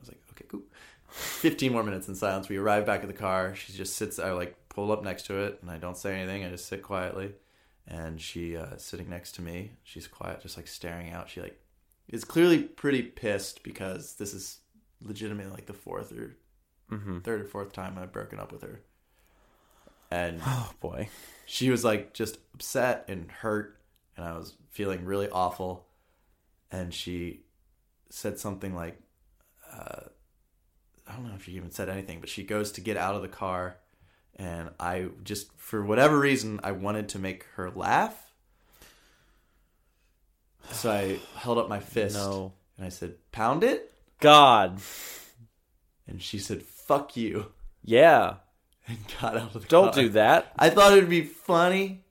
B: was like, "Okay, cool." 15 more minutes in silence. We arrive back at the car. She just sits. I like pull up next to it, and I don't say anything. I just sit quietly, and she uh, sitting next to me. She's quiet, just like staring out. She like is clearly pretty pissed because this is legitimately like the fourth or
A: Mm-hmm.
B: third or fourth time I've broken up with her. And
A: Oh boy.
B: she was like just upset and hurt and i was feeling really awful and she said something like uh, i don't know if she even said anything but she goes to get out of the car and i just for whatever reason i wanted to make her laugh so i held up my fist
A: No.
B: and i said pound it
A: God.
B: and she said fuck you
A: Yeah.
B: and got out of the
A: Don't
B: car
A: do that.
B: i thought it would be funny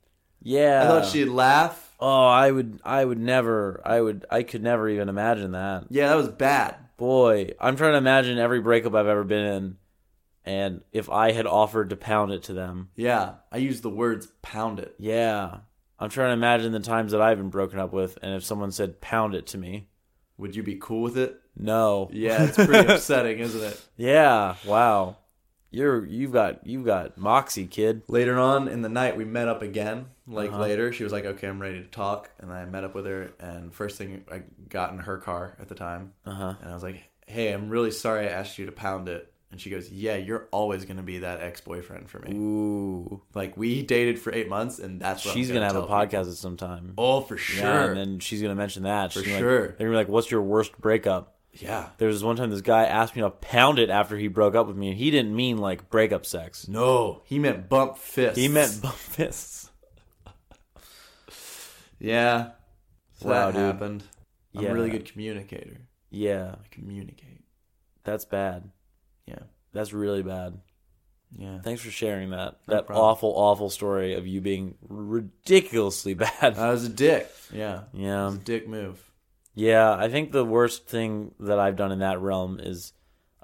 A: Yeah.
B: Uh-uh. i thought she'd laugh
A: Oh, I would I would never I would I could never even imagine that.
B: yeah that was bad
A: Boy, I'm trying to imagine every breakup I've ever been in and if I had offered to pound it to them.
B: Yeah, I use the words pound it.
A: Yeah. I'm trying to imagine the times that I've been broken up with and if someone said pound it to me.
B: Would you be cool with it?
A: No.
B: Yeah, it's pretty upsetting, isn't it?
A: Yeah. Wow. You're you've got you've got moxie, kid.
B: Later on in the night, we met up again. Like
A: Uh-huh.
B: later, she was like, okay, I'm ready to talk. And I met up with her, and first thing I got in her car at the time.
A: Uh-huh.
B: And I was like, hey, I'm really sorry I asked you to pound it. And she goes, yeah, you're always going to be that ex boyfriend for me.
A: Ooh.
B: Like, we dated for eight months, and that's what I'm
A: She's gonna, have a
B: tell people.
A: podcast at some time.
B: Oh, for
A: Yeah,
B: sure.
A: and then she's gonna mention that. She's gonna be
B: sure.
A: Like, they're gonna be like, "What's your worst breakup?"
B: yeah.
A: There was this one time this guy asked me to pound it after he broke up with me, and he didn't mean like breakup sex.
B: No, he meant bump fists.
A: He meant bump fists.
B: Yeah. So
A: Wow,
B: that
A: dude.
B: happened. I'm
A: Yeah.
B: a really good communicator.
A: Yeah,
B: I communicate.
A: that's bad.
B: Yeah.
A: That's really bad.
B: Yeah.
A: Thanks for sharing that. that
B: problem.
A: awful, awful story of you being ridiculously bad.
B: I was a dick. Yeah.
A: yeah.
B: It's a dick move.
A: Yeah, I think the worst thing that I've done in that realm is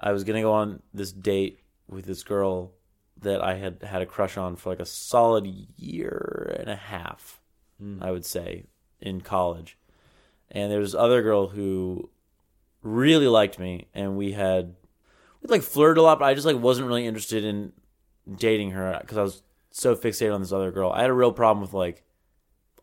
A: I was going to go on this date with this girl that I had had a crush on for like a solid year and a half, I would say, in college. And there was this other girl who really liked me and we had we like flirted a lot, but I just like wasn't really interested in dating her because I was so fixated on this other girl. I had a real problem with like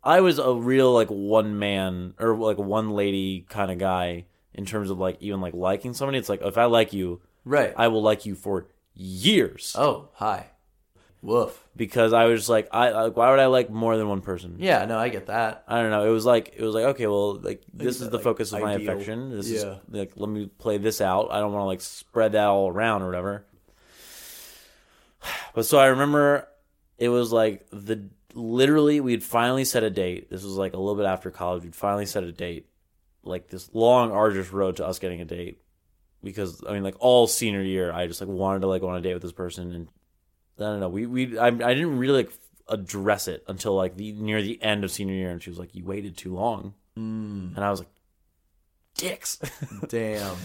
A: I was a real like one man or like one lady kind of guy in terms of like even like liking somebody. It's like if I like you,
B: Right.
A: I will like you for years
B: oh, hi. Woof.
A: because I was just like I like, why would I like more than one person?
B: Yeah, no, I get that.
A: I don't know. It was like it was like okay, well, like this
B: it's
A: is
B: that,
A: the
B: like,
A: focus of my
B: ideal.
A: affection. This
B: Yeah.
A: is like let me play this out. I don't want to like spread that all around or whatever. But so I remember it was like the literally we had finally set a date. This was like a little bit after college. We'd finally set a date. Like this long arduous road to us getting a date because I mean like all senior year I just like wanted to like go on a date with this person and I don't know. We we I, I didn't really like address it until like the near the end of senior year, and she was like, "You waited too long," and I was like, "Dicks,
B: Damn.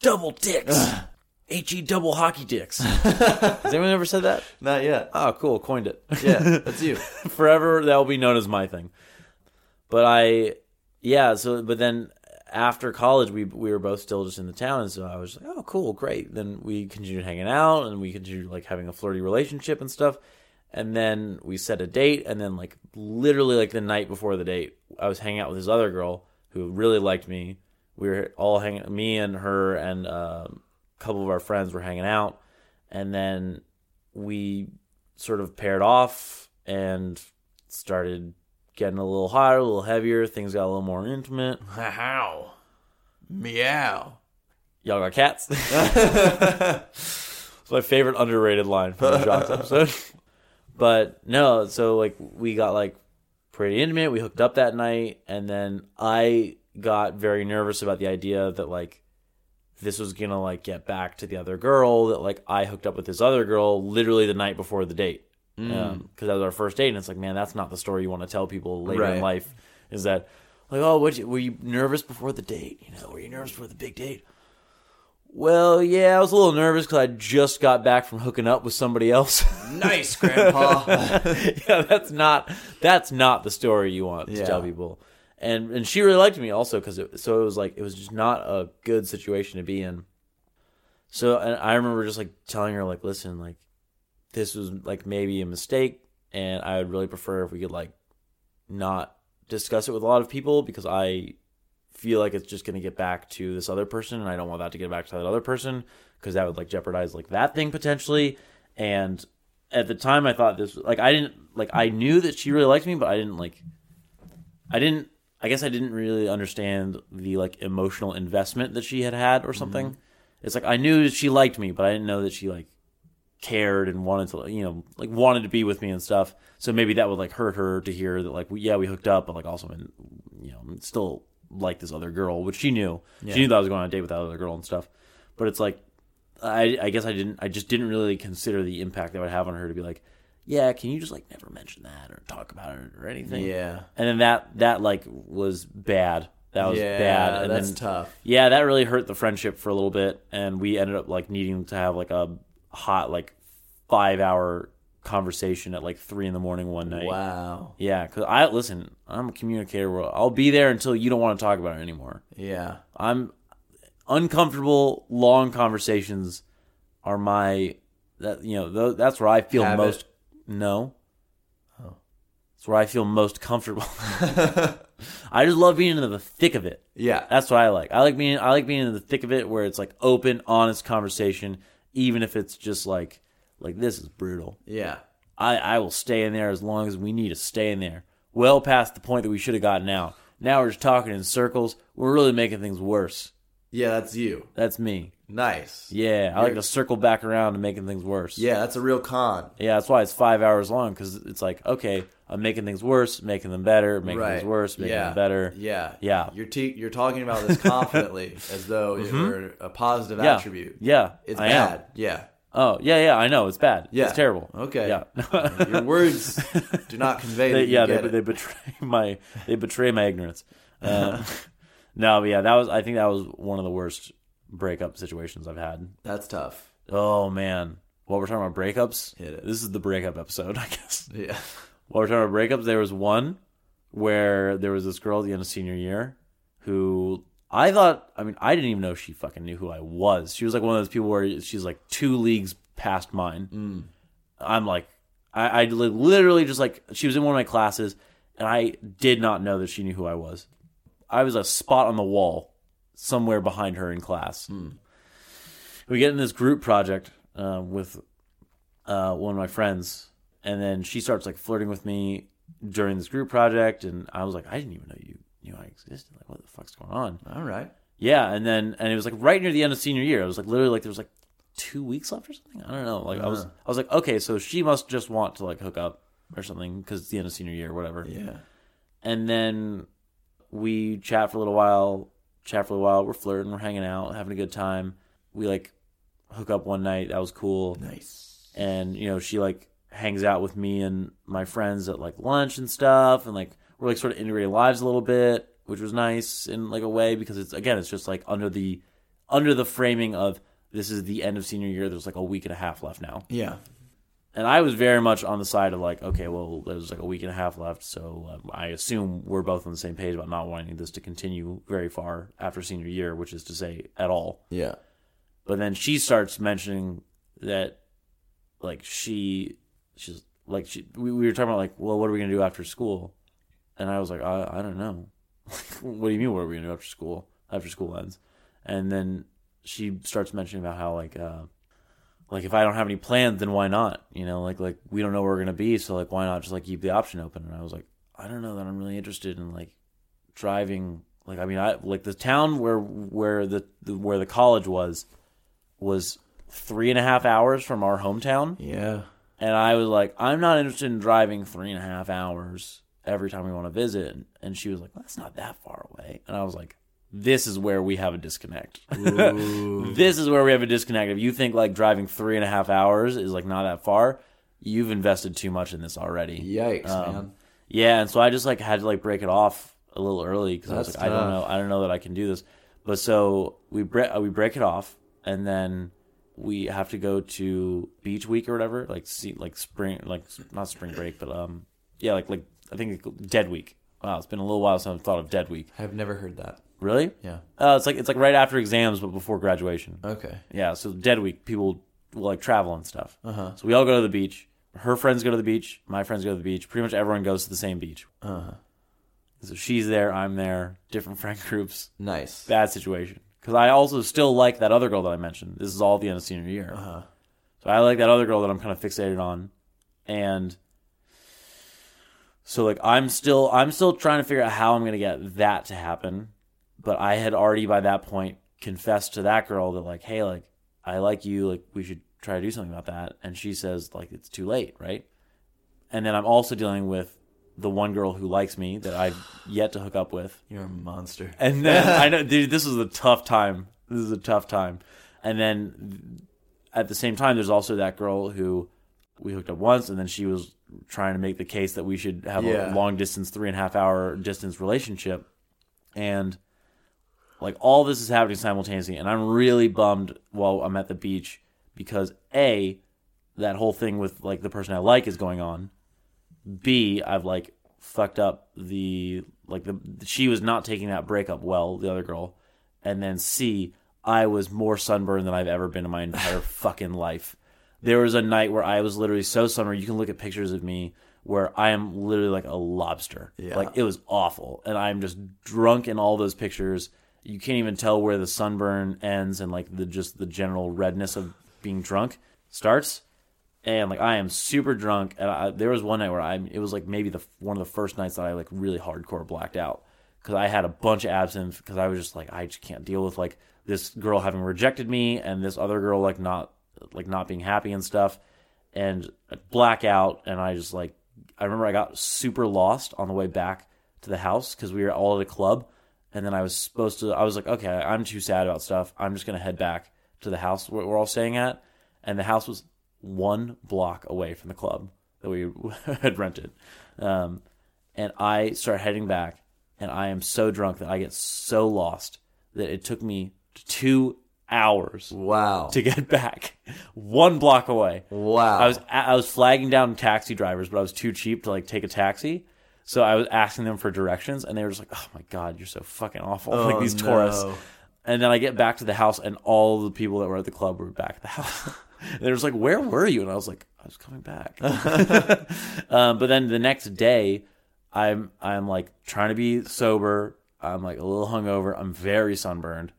A: double dicks." H E double hockey dicks. Has anyone ever said that?
B: Not yet.
A: Oh, cool. Coined it.
B: Yeah, that's you.
A: Forever, that will be known as my thing. But I, yeah. So, but then after college, we we were both still just in the town, and so I was like, oh, cool, great. Then we continued hanging out, and we continued like having a flirty relationship and stuff. And then we set a date, and then like literally like the night before the date, I was hanging out with this other girl who really liked me. We were all hanging, me and her and um, a couple of our friends were hanging out, and then we sort of paired off and started getting a little hotter, a little heavier. Things got a little more intimate.
B: How? Meow.
A: Y'all got cats? it's my favorite underrated line from the Jocks episode. but no, so like we got like pretty intimate. We hooked up that night, and then I got very nervous about the idea that like this was gonna like get back to the other girl that like I hooked up with this other girl literally the night before the date because that was our first date, and it's like man, that's not the story you want to tell people later in
B: Right.
A: life. Is that like oh, what were you nervous before the date? You know, were you nervous before the big date? Well, yeah, I was a little nervous because I just got back from hooking up with somebody else.
B: Nice, Grandpa.
A: yeah, that's not that's not the story you want to
B: Yeah.
A: tell people. And and she really liked me also because it, so it was like it was just not a good situation to be in. So and I remember just like telling her like, listen, like this was like maybe a mistake, and I would really prefer if we could like not discuss it with a lot of people because I feel like it's just going to get back to this other person and I don't want that to get back to that other person because that would like jeopardize like that thing potentially and at the time I thought this like I didn't like I knew that she really liked me but I didn't like I didn't I guess I didn't really understand the like emotional investment that she had had or something it's like I knew she liked me but I didn't know that she like cared and wanted to you know like wanted to be with me and stuff so maybe that would like hurt her to hear that like we, yeah we hooked up but like also and you know I'm still like this other girl which she knew she knew that I was going on a date with that other girl and stuff but it's like I, I guess I didn't I just didn't really consider the impact that would have on her to be like yeah can you just like never mention that or talk about it or anything
B: Yeah.
A: and then that that like was bad that was
B: Yeah,
A: bad and
B: that's
A: then,
B: tough.
A: yeah, that really hurt the friendship for a little bit, and we ended up like needing to have like a hot like five hour conversation at like three in the morning one night.
B: Wow.
A: Yeah, because I listen, I'm a communicator. Well, I'll be there until you don't want to talk about it anymore.
B: Yeah.
A: I'm uncomfortable. Long conversations are my that you know tho- that's where I feel
B: Habit.
A: most no. It's where I feel most comfortable. I just love being in the thick of it.
B: Yeah.
A: That's what I like. I like being I like being in the thick of it where it's like open, honest conversation, even if it's just like like this is brutal.
B: Yeah.
A: I I will stay in there as long as we need to stay in there. Well past the point that we should have gotten out. Now we're just talking in circles. We're really making things worse.
B: Yeah, that's you.
A: That's me.
B: Nice.
A: Yeah, I like to circle back around to making things worse.
B: Yeah, that's a real con.
A: Yeah, that's why it's five hours long because it's like, okay, I'm making things worse, making them better, making things worse, making
B: yeah.
A: them better.
B: Yeah.
A: Yeah.
B: You're te- you're talking about this confidently as though it were a positive
A: Mm-hmm. Yeah.
B: attribute.
A: Yeah.
B: It's
A: I am.
B: bad. Yeah.
A: Oh, yeah, yeah, I know. It's bad.
B: Yeah.
A: It's terrible.
B: Okay.
A: Yeah.
B: Your words do not convey
A: they,
B: that.
A: yeah,
B: Yeah.
A: they, they betray my they betray my ignorance. Um, no, but yeah, that was I think that was one of the worst breakup situations I've had.
B: that's tough.
A: Oh man, while we're talking about breakups,
B: Hit it.
A: this is the breakup episode, I guess.
B: Yeah.
A: While we're talking about breakups, there was one where there was this girl at the end of senior year who I thought, I mean, I didn't even know she fucking knew who I was. She was like one of those people where she's like two leagues past mine. I'm like, I, I li- literally just like, she was in one of my classes and I did not know that she knew who I was. I was a spot on the wall somewhere behind her in class. We get in this group project uh, with uh, one of my friends, and then she starts like flirting with me during this group project, and I was like, I didn't even know you knew I existed. Like, what the fuck's going on?
B: All right.
A: Yeah, and then and it was like right near the end of senior year. It was like literally like there was like two weeks left or something. I don't know. Like I was I was like, okay, so she must just want to like hook up or something because it's the end of senior year, whatever
B: Yeah.
A: and then we chat for a little while chat for a little while we're flirting we're hanging out having a good time we like hook up one night that was cool
B: Nice.
A: and you know she like hangs out with me and my friends at like lunch and stuff and like we're like sort of integrating lives a little bit which was nice in like a way because it's again it's just like under the under the framing of this is the end of senior year. There's like a week and a half left now.
B: Yeah.
A: And I was very much on the side of like, okay, well, there's like a week and a half left. So um, I assume we're both on the same page about not wanting this to continue very far after senior year, which is to say, at all.
B: Yeah.
A: But then she starts mentioning that, like she, she's like she. We, we were talking about like, well, what are we gonna do after school? And I was like, I, I don't know. what do you mean? What are we gonna do after school? After school ends, and then she starts mentioning about how like, uh, like if I don't have any plans, then why not? You know, like like we don't know where we're gonna be, so like why not just like keep the option open? And I was like, I don't know that I'm really interested in like driving. Like I mean, I like the town where where the, the where the college was was three and a half hours from our hometown.
B: Yeah.
A: And I was like, I'm not interested in driving three and a half hours every time we want to visit. And she was like, well, That's not that far away. And I was like, This is where we have a disconnect. this is where we have a disconnect. If you think like driving three and a half hours is like not that far, you've invested too much in this already.
B: Yikes,
A: Um,
B: man.
A: Yeah, and so I just like had to like break it off a little early because I was
B: That's
A: like, I don't know,
B: tough.
A: I don't know that I can do this. But so we bre- uh, we break it off, and then we have to go to beach week or whatever, like see like spring, like s- not spring break, but um, yeah, like like I think it's dead week. Wow, it's been a little while since I've thought of dead week.
B: I've never heard that.
A: Really?
B: Yeah.
A: Uh, it's like it's like right after exams, but before graduation.
B: Okay.
A: Yeah, so dead week, people will like travel and stuff. Uh-huh. So we all go to the beach. Her friends go to the beach. My friends go to the beach. Pretty much everyone goes to the same beach. Uh-huh. So she's there. I'm there. Different friend groups.
B: Nice.
A: Bad situation. Because I also still like that other girl that I mentioned. This is all the end of senior year. Uh-huh. So I like that other girl that I'm kind of fixated on, and so like I'm still I'm still trying to figure out how I'm gonna get that to happen. But I had already by that point confessed to that girl that like, hey, like I like you, like we should try to do something about that. And she says like it's too late, right? And then I'm also dealing with the one girl who likes me that I've yet to hook up with.
B: You're a monster.
A: And then I know, dude, this was a tough time. This is a tough time. And then at the same time, there's also that girl who we hooked up once, and then she was trying to make the case that we should have
B: Yeah.
A: a long distance, three and a half hour distance relationship. And like all this is happening simultaneously, and I'm really bummed while I'm at the beach because A, that whole thing with like the person I like is going on. B, I've like fucked up the like the she was not taking that breakup well, the other girl, and then C, I was more sunburned than I've ever been in my entire fucking life. There was a night where I was literally so sunburned. You can look at pictures of me where I am literally like a lobster.
B: Yeah.
A: Like it was awful, and I'm just drunk in all those pictures. You can't even tell where the sunburn ends and like the just the general redness of being drunk starts and like I am super drunk, and I, there was one night where I it was like maybe the one of the first nights that I like really hardcore blacked out because I had a bunch of absinthe because I was just like I just can't deal with like this girl having rejected me and this other girl like not like not being happy and stuff, and I black out, and I just like I remember I got super lost on the way back to the house because we were all at a club, and then I was supposed to I was like okay I'm too sad about stuff I'm just gonna head back to the house where we're all staying at, and the house was one block away from the club that we had rented. Um, and I start heading back, and I am so drunk that I get so lost that it took me two hours
B: Wow.
A: to get back one block away.
B: Wow.
A: I was I was flagging down taxi drivers, but I was too cheap to like take a taxi. So I was asking them for directions, and they were just like, "Oh my god, you're so fucking awful!" like these
B: no.
A: tourists. And then I get back to the house, and all the people that were at the club were back at the house. they were just like, "Where were you?" And I was like, "I was coming back." um, but then the next day, I'm I'm like trying to be sober. I'm like a little hungover. I'm very sunburned.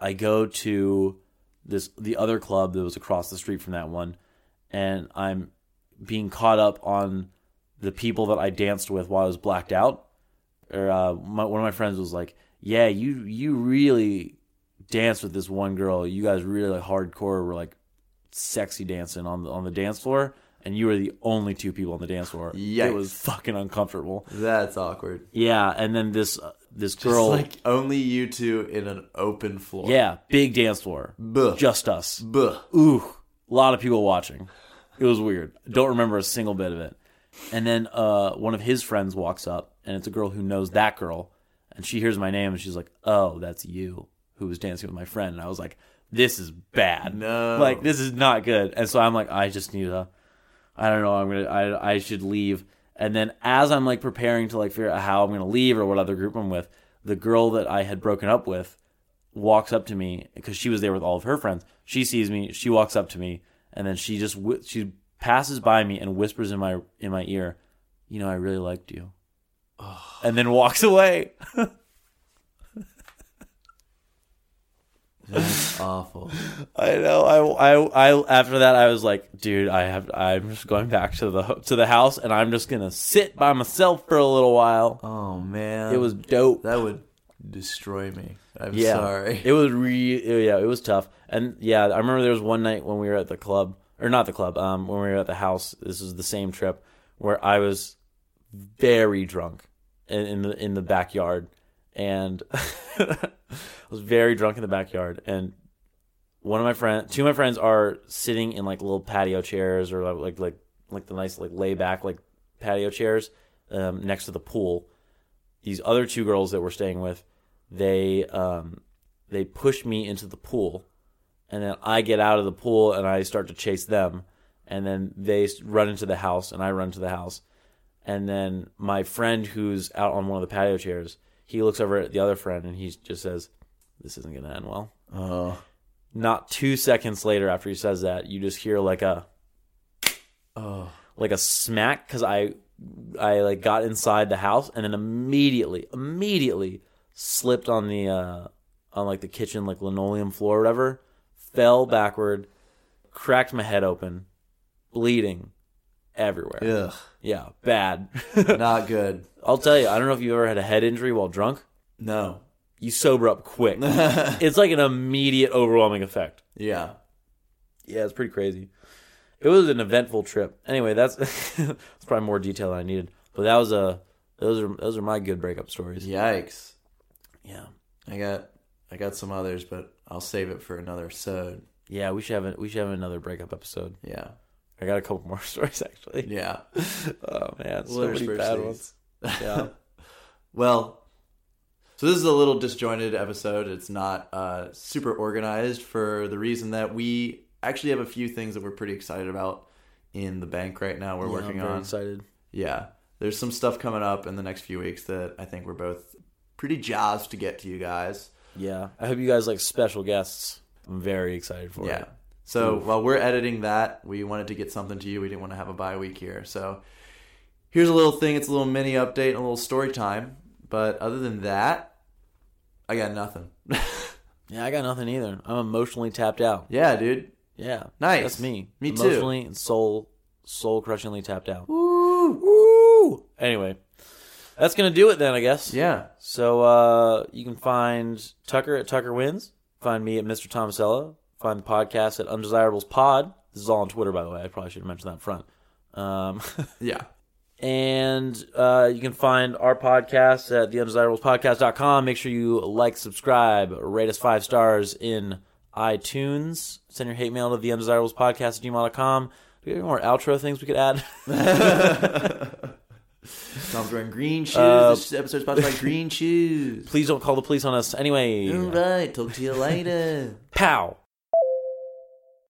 A: I go to this the other club that was across the street from that one, and I'm being caught up on the people that I danced with while I was blacked out. Or uh, my, one of my friends was like, "Yeah, you you really danced with this one girl. You guys really like hardcore were like sexy dancing on the on the dance floor, and you were the only two people on the dance floor. It
B: Yikes.
A: was fucking uncomfortable.
B: That's awkward.
A: Yeah, and then this uh, this
B: It's
A: girl,
B: like only you two in an open floor.
A: yeah, big dance floor,
B: Buh.
A: just us.
B: Buh.
A: ooh, a lot of people watching. It was weird. Don't remember a single bit of it. And then uh, one of his friends walks up, and it's a girl who knows that girl, and she hears my name, and she's like, "Oh, that's you who was dancing with my friend." And I was like, this is bad.
B: No.
A: Like this is not good. And so I'm like, I just need a I don't know, I'm gonna I I should leave. And then as I'm like preparing to like figure out how I'm gonna leave or what other group I'm with, the girl that I had broken up with walks up to me because she was there with all of her friends. She sees me, she walks up to me, and then she just whi- she passes by me and whispers in my in my ear, "You know, I really liked you," and then walks away.
B: That's awful.
A: I know. I, I, I after that I was like, dude, I have I'm just going back to the to the house and I'm just going to sit by myself for a little while.
B: Oh man,
A: It was dope.
B: that would destroy me. I'm
A: yeah.
B: sorry.
A: It was re oh, yeah, it was tough. And yeah, I remember there was one night when we were at the club or not the club, um when we were at the house. This was the same trip where I was very drunk in, in the in the backyard and I was very drunk in the backyard and one of my friend two of my friends are sitting in like little patio chairs or like like like, like the nice like lay back like patio chairs um, next to the pool these other two girls that we're staying with, they um, they push me into the pool, and then I get out of the pool and I start to chase them, and then they s- run into the house and I run to the house, and then my friend who's out on one of the patio chairs, he looks over at the other friend and he just says, "This isn't gonna end well."
B: Oh,
A: Not two seconds later, after he says that, you just hear like a
B: oh,
A: like a smack because I I like got inside the house and then immediately immediately slipped on the uh on like the kitchen like linoleum floor or whatever, fell backward, cracked my head open, bleeding everywhere. Yeah,
B: ugh,
A: bad.
B: not good.
A: I'll tell you, I don't know if you ever had a head injury while drunk.
B: No.
A: You sober up quick. it's like an immediate overwhelming effect.
B: Yeah.
A: Yeah, it's pretty crazy. It was an eventful trip. Anyway, that's that's probably more detail than I needed. But that was a those are those are my good breakup stories.
B: Yikes.
A: Yeah,
B: I got I got some others, but I'll save it for another episode.
A: yeah. We should have a, we should have another breakup episode.
B: Yeah.
A: I got a couple more stories actually.
B: Yeah.
A: Oh man, so
B: We'll
A: many
B: intersperse
A: bad
B: these.
A: ones. Yeah,
B: Well, so this is a little disjointed episode. It's not uh, super organized for the reason that we actually have a few things that we're pretty excited about in the bank right now. We're
A: Yeah,
B: working
A: I'm very
B: on.
A: Excited.
B: Yeah. There's some stuff coming up in the next few weeks that I think we're both pretty jazzed to get to you guys.
A: Yeah, I hope you guys like special guests. I'm very excited for
B: Oh, Yeah.
A: it.
B: So while we're editing that, we wanted to get something to you. We didn't want to have a bye week here. So here's a little thing. It's a little mini update and a little story time. But other than that, I got nothing.
A: Yeah, I got nothing either. I'm emotionally tapped out.
B: yeah, dude.
A: Yeah,
B: Nice.
A: That's me.
B: Me too.
A: Emotionally and soul soul crushingly tapped out. Woo! Anyway, that's gonna do it then, I guess.
B: Yeah.
A: So uh, you can find Tucker at Tucker Wins. Find me at Mr. Tomasella. Find the podcast at Undesirables Pod. This is all on Twitter, by the way. I probably should have mentioned that up front. Um,
B: Yeah.
A: and uh, you can find our podcast at theundesirablespodcast.com. Make sure you like, subscribe, rate us five stars in iTunes. Send your hate mail to theundesirablespodcast at gmail.com. Do we have any more outro things we could add?
B: Tom's wearing green shoes. this episode's sponsored by green shoes. Mm-hmm.
A: Please don't call the police on us. Anyway,
B: All right. Talk to you later.
A: pow.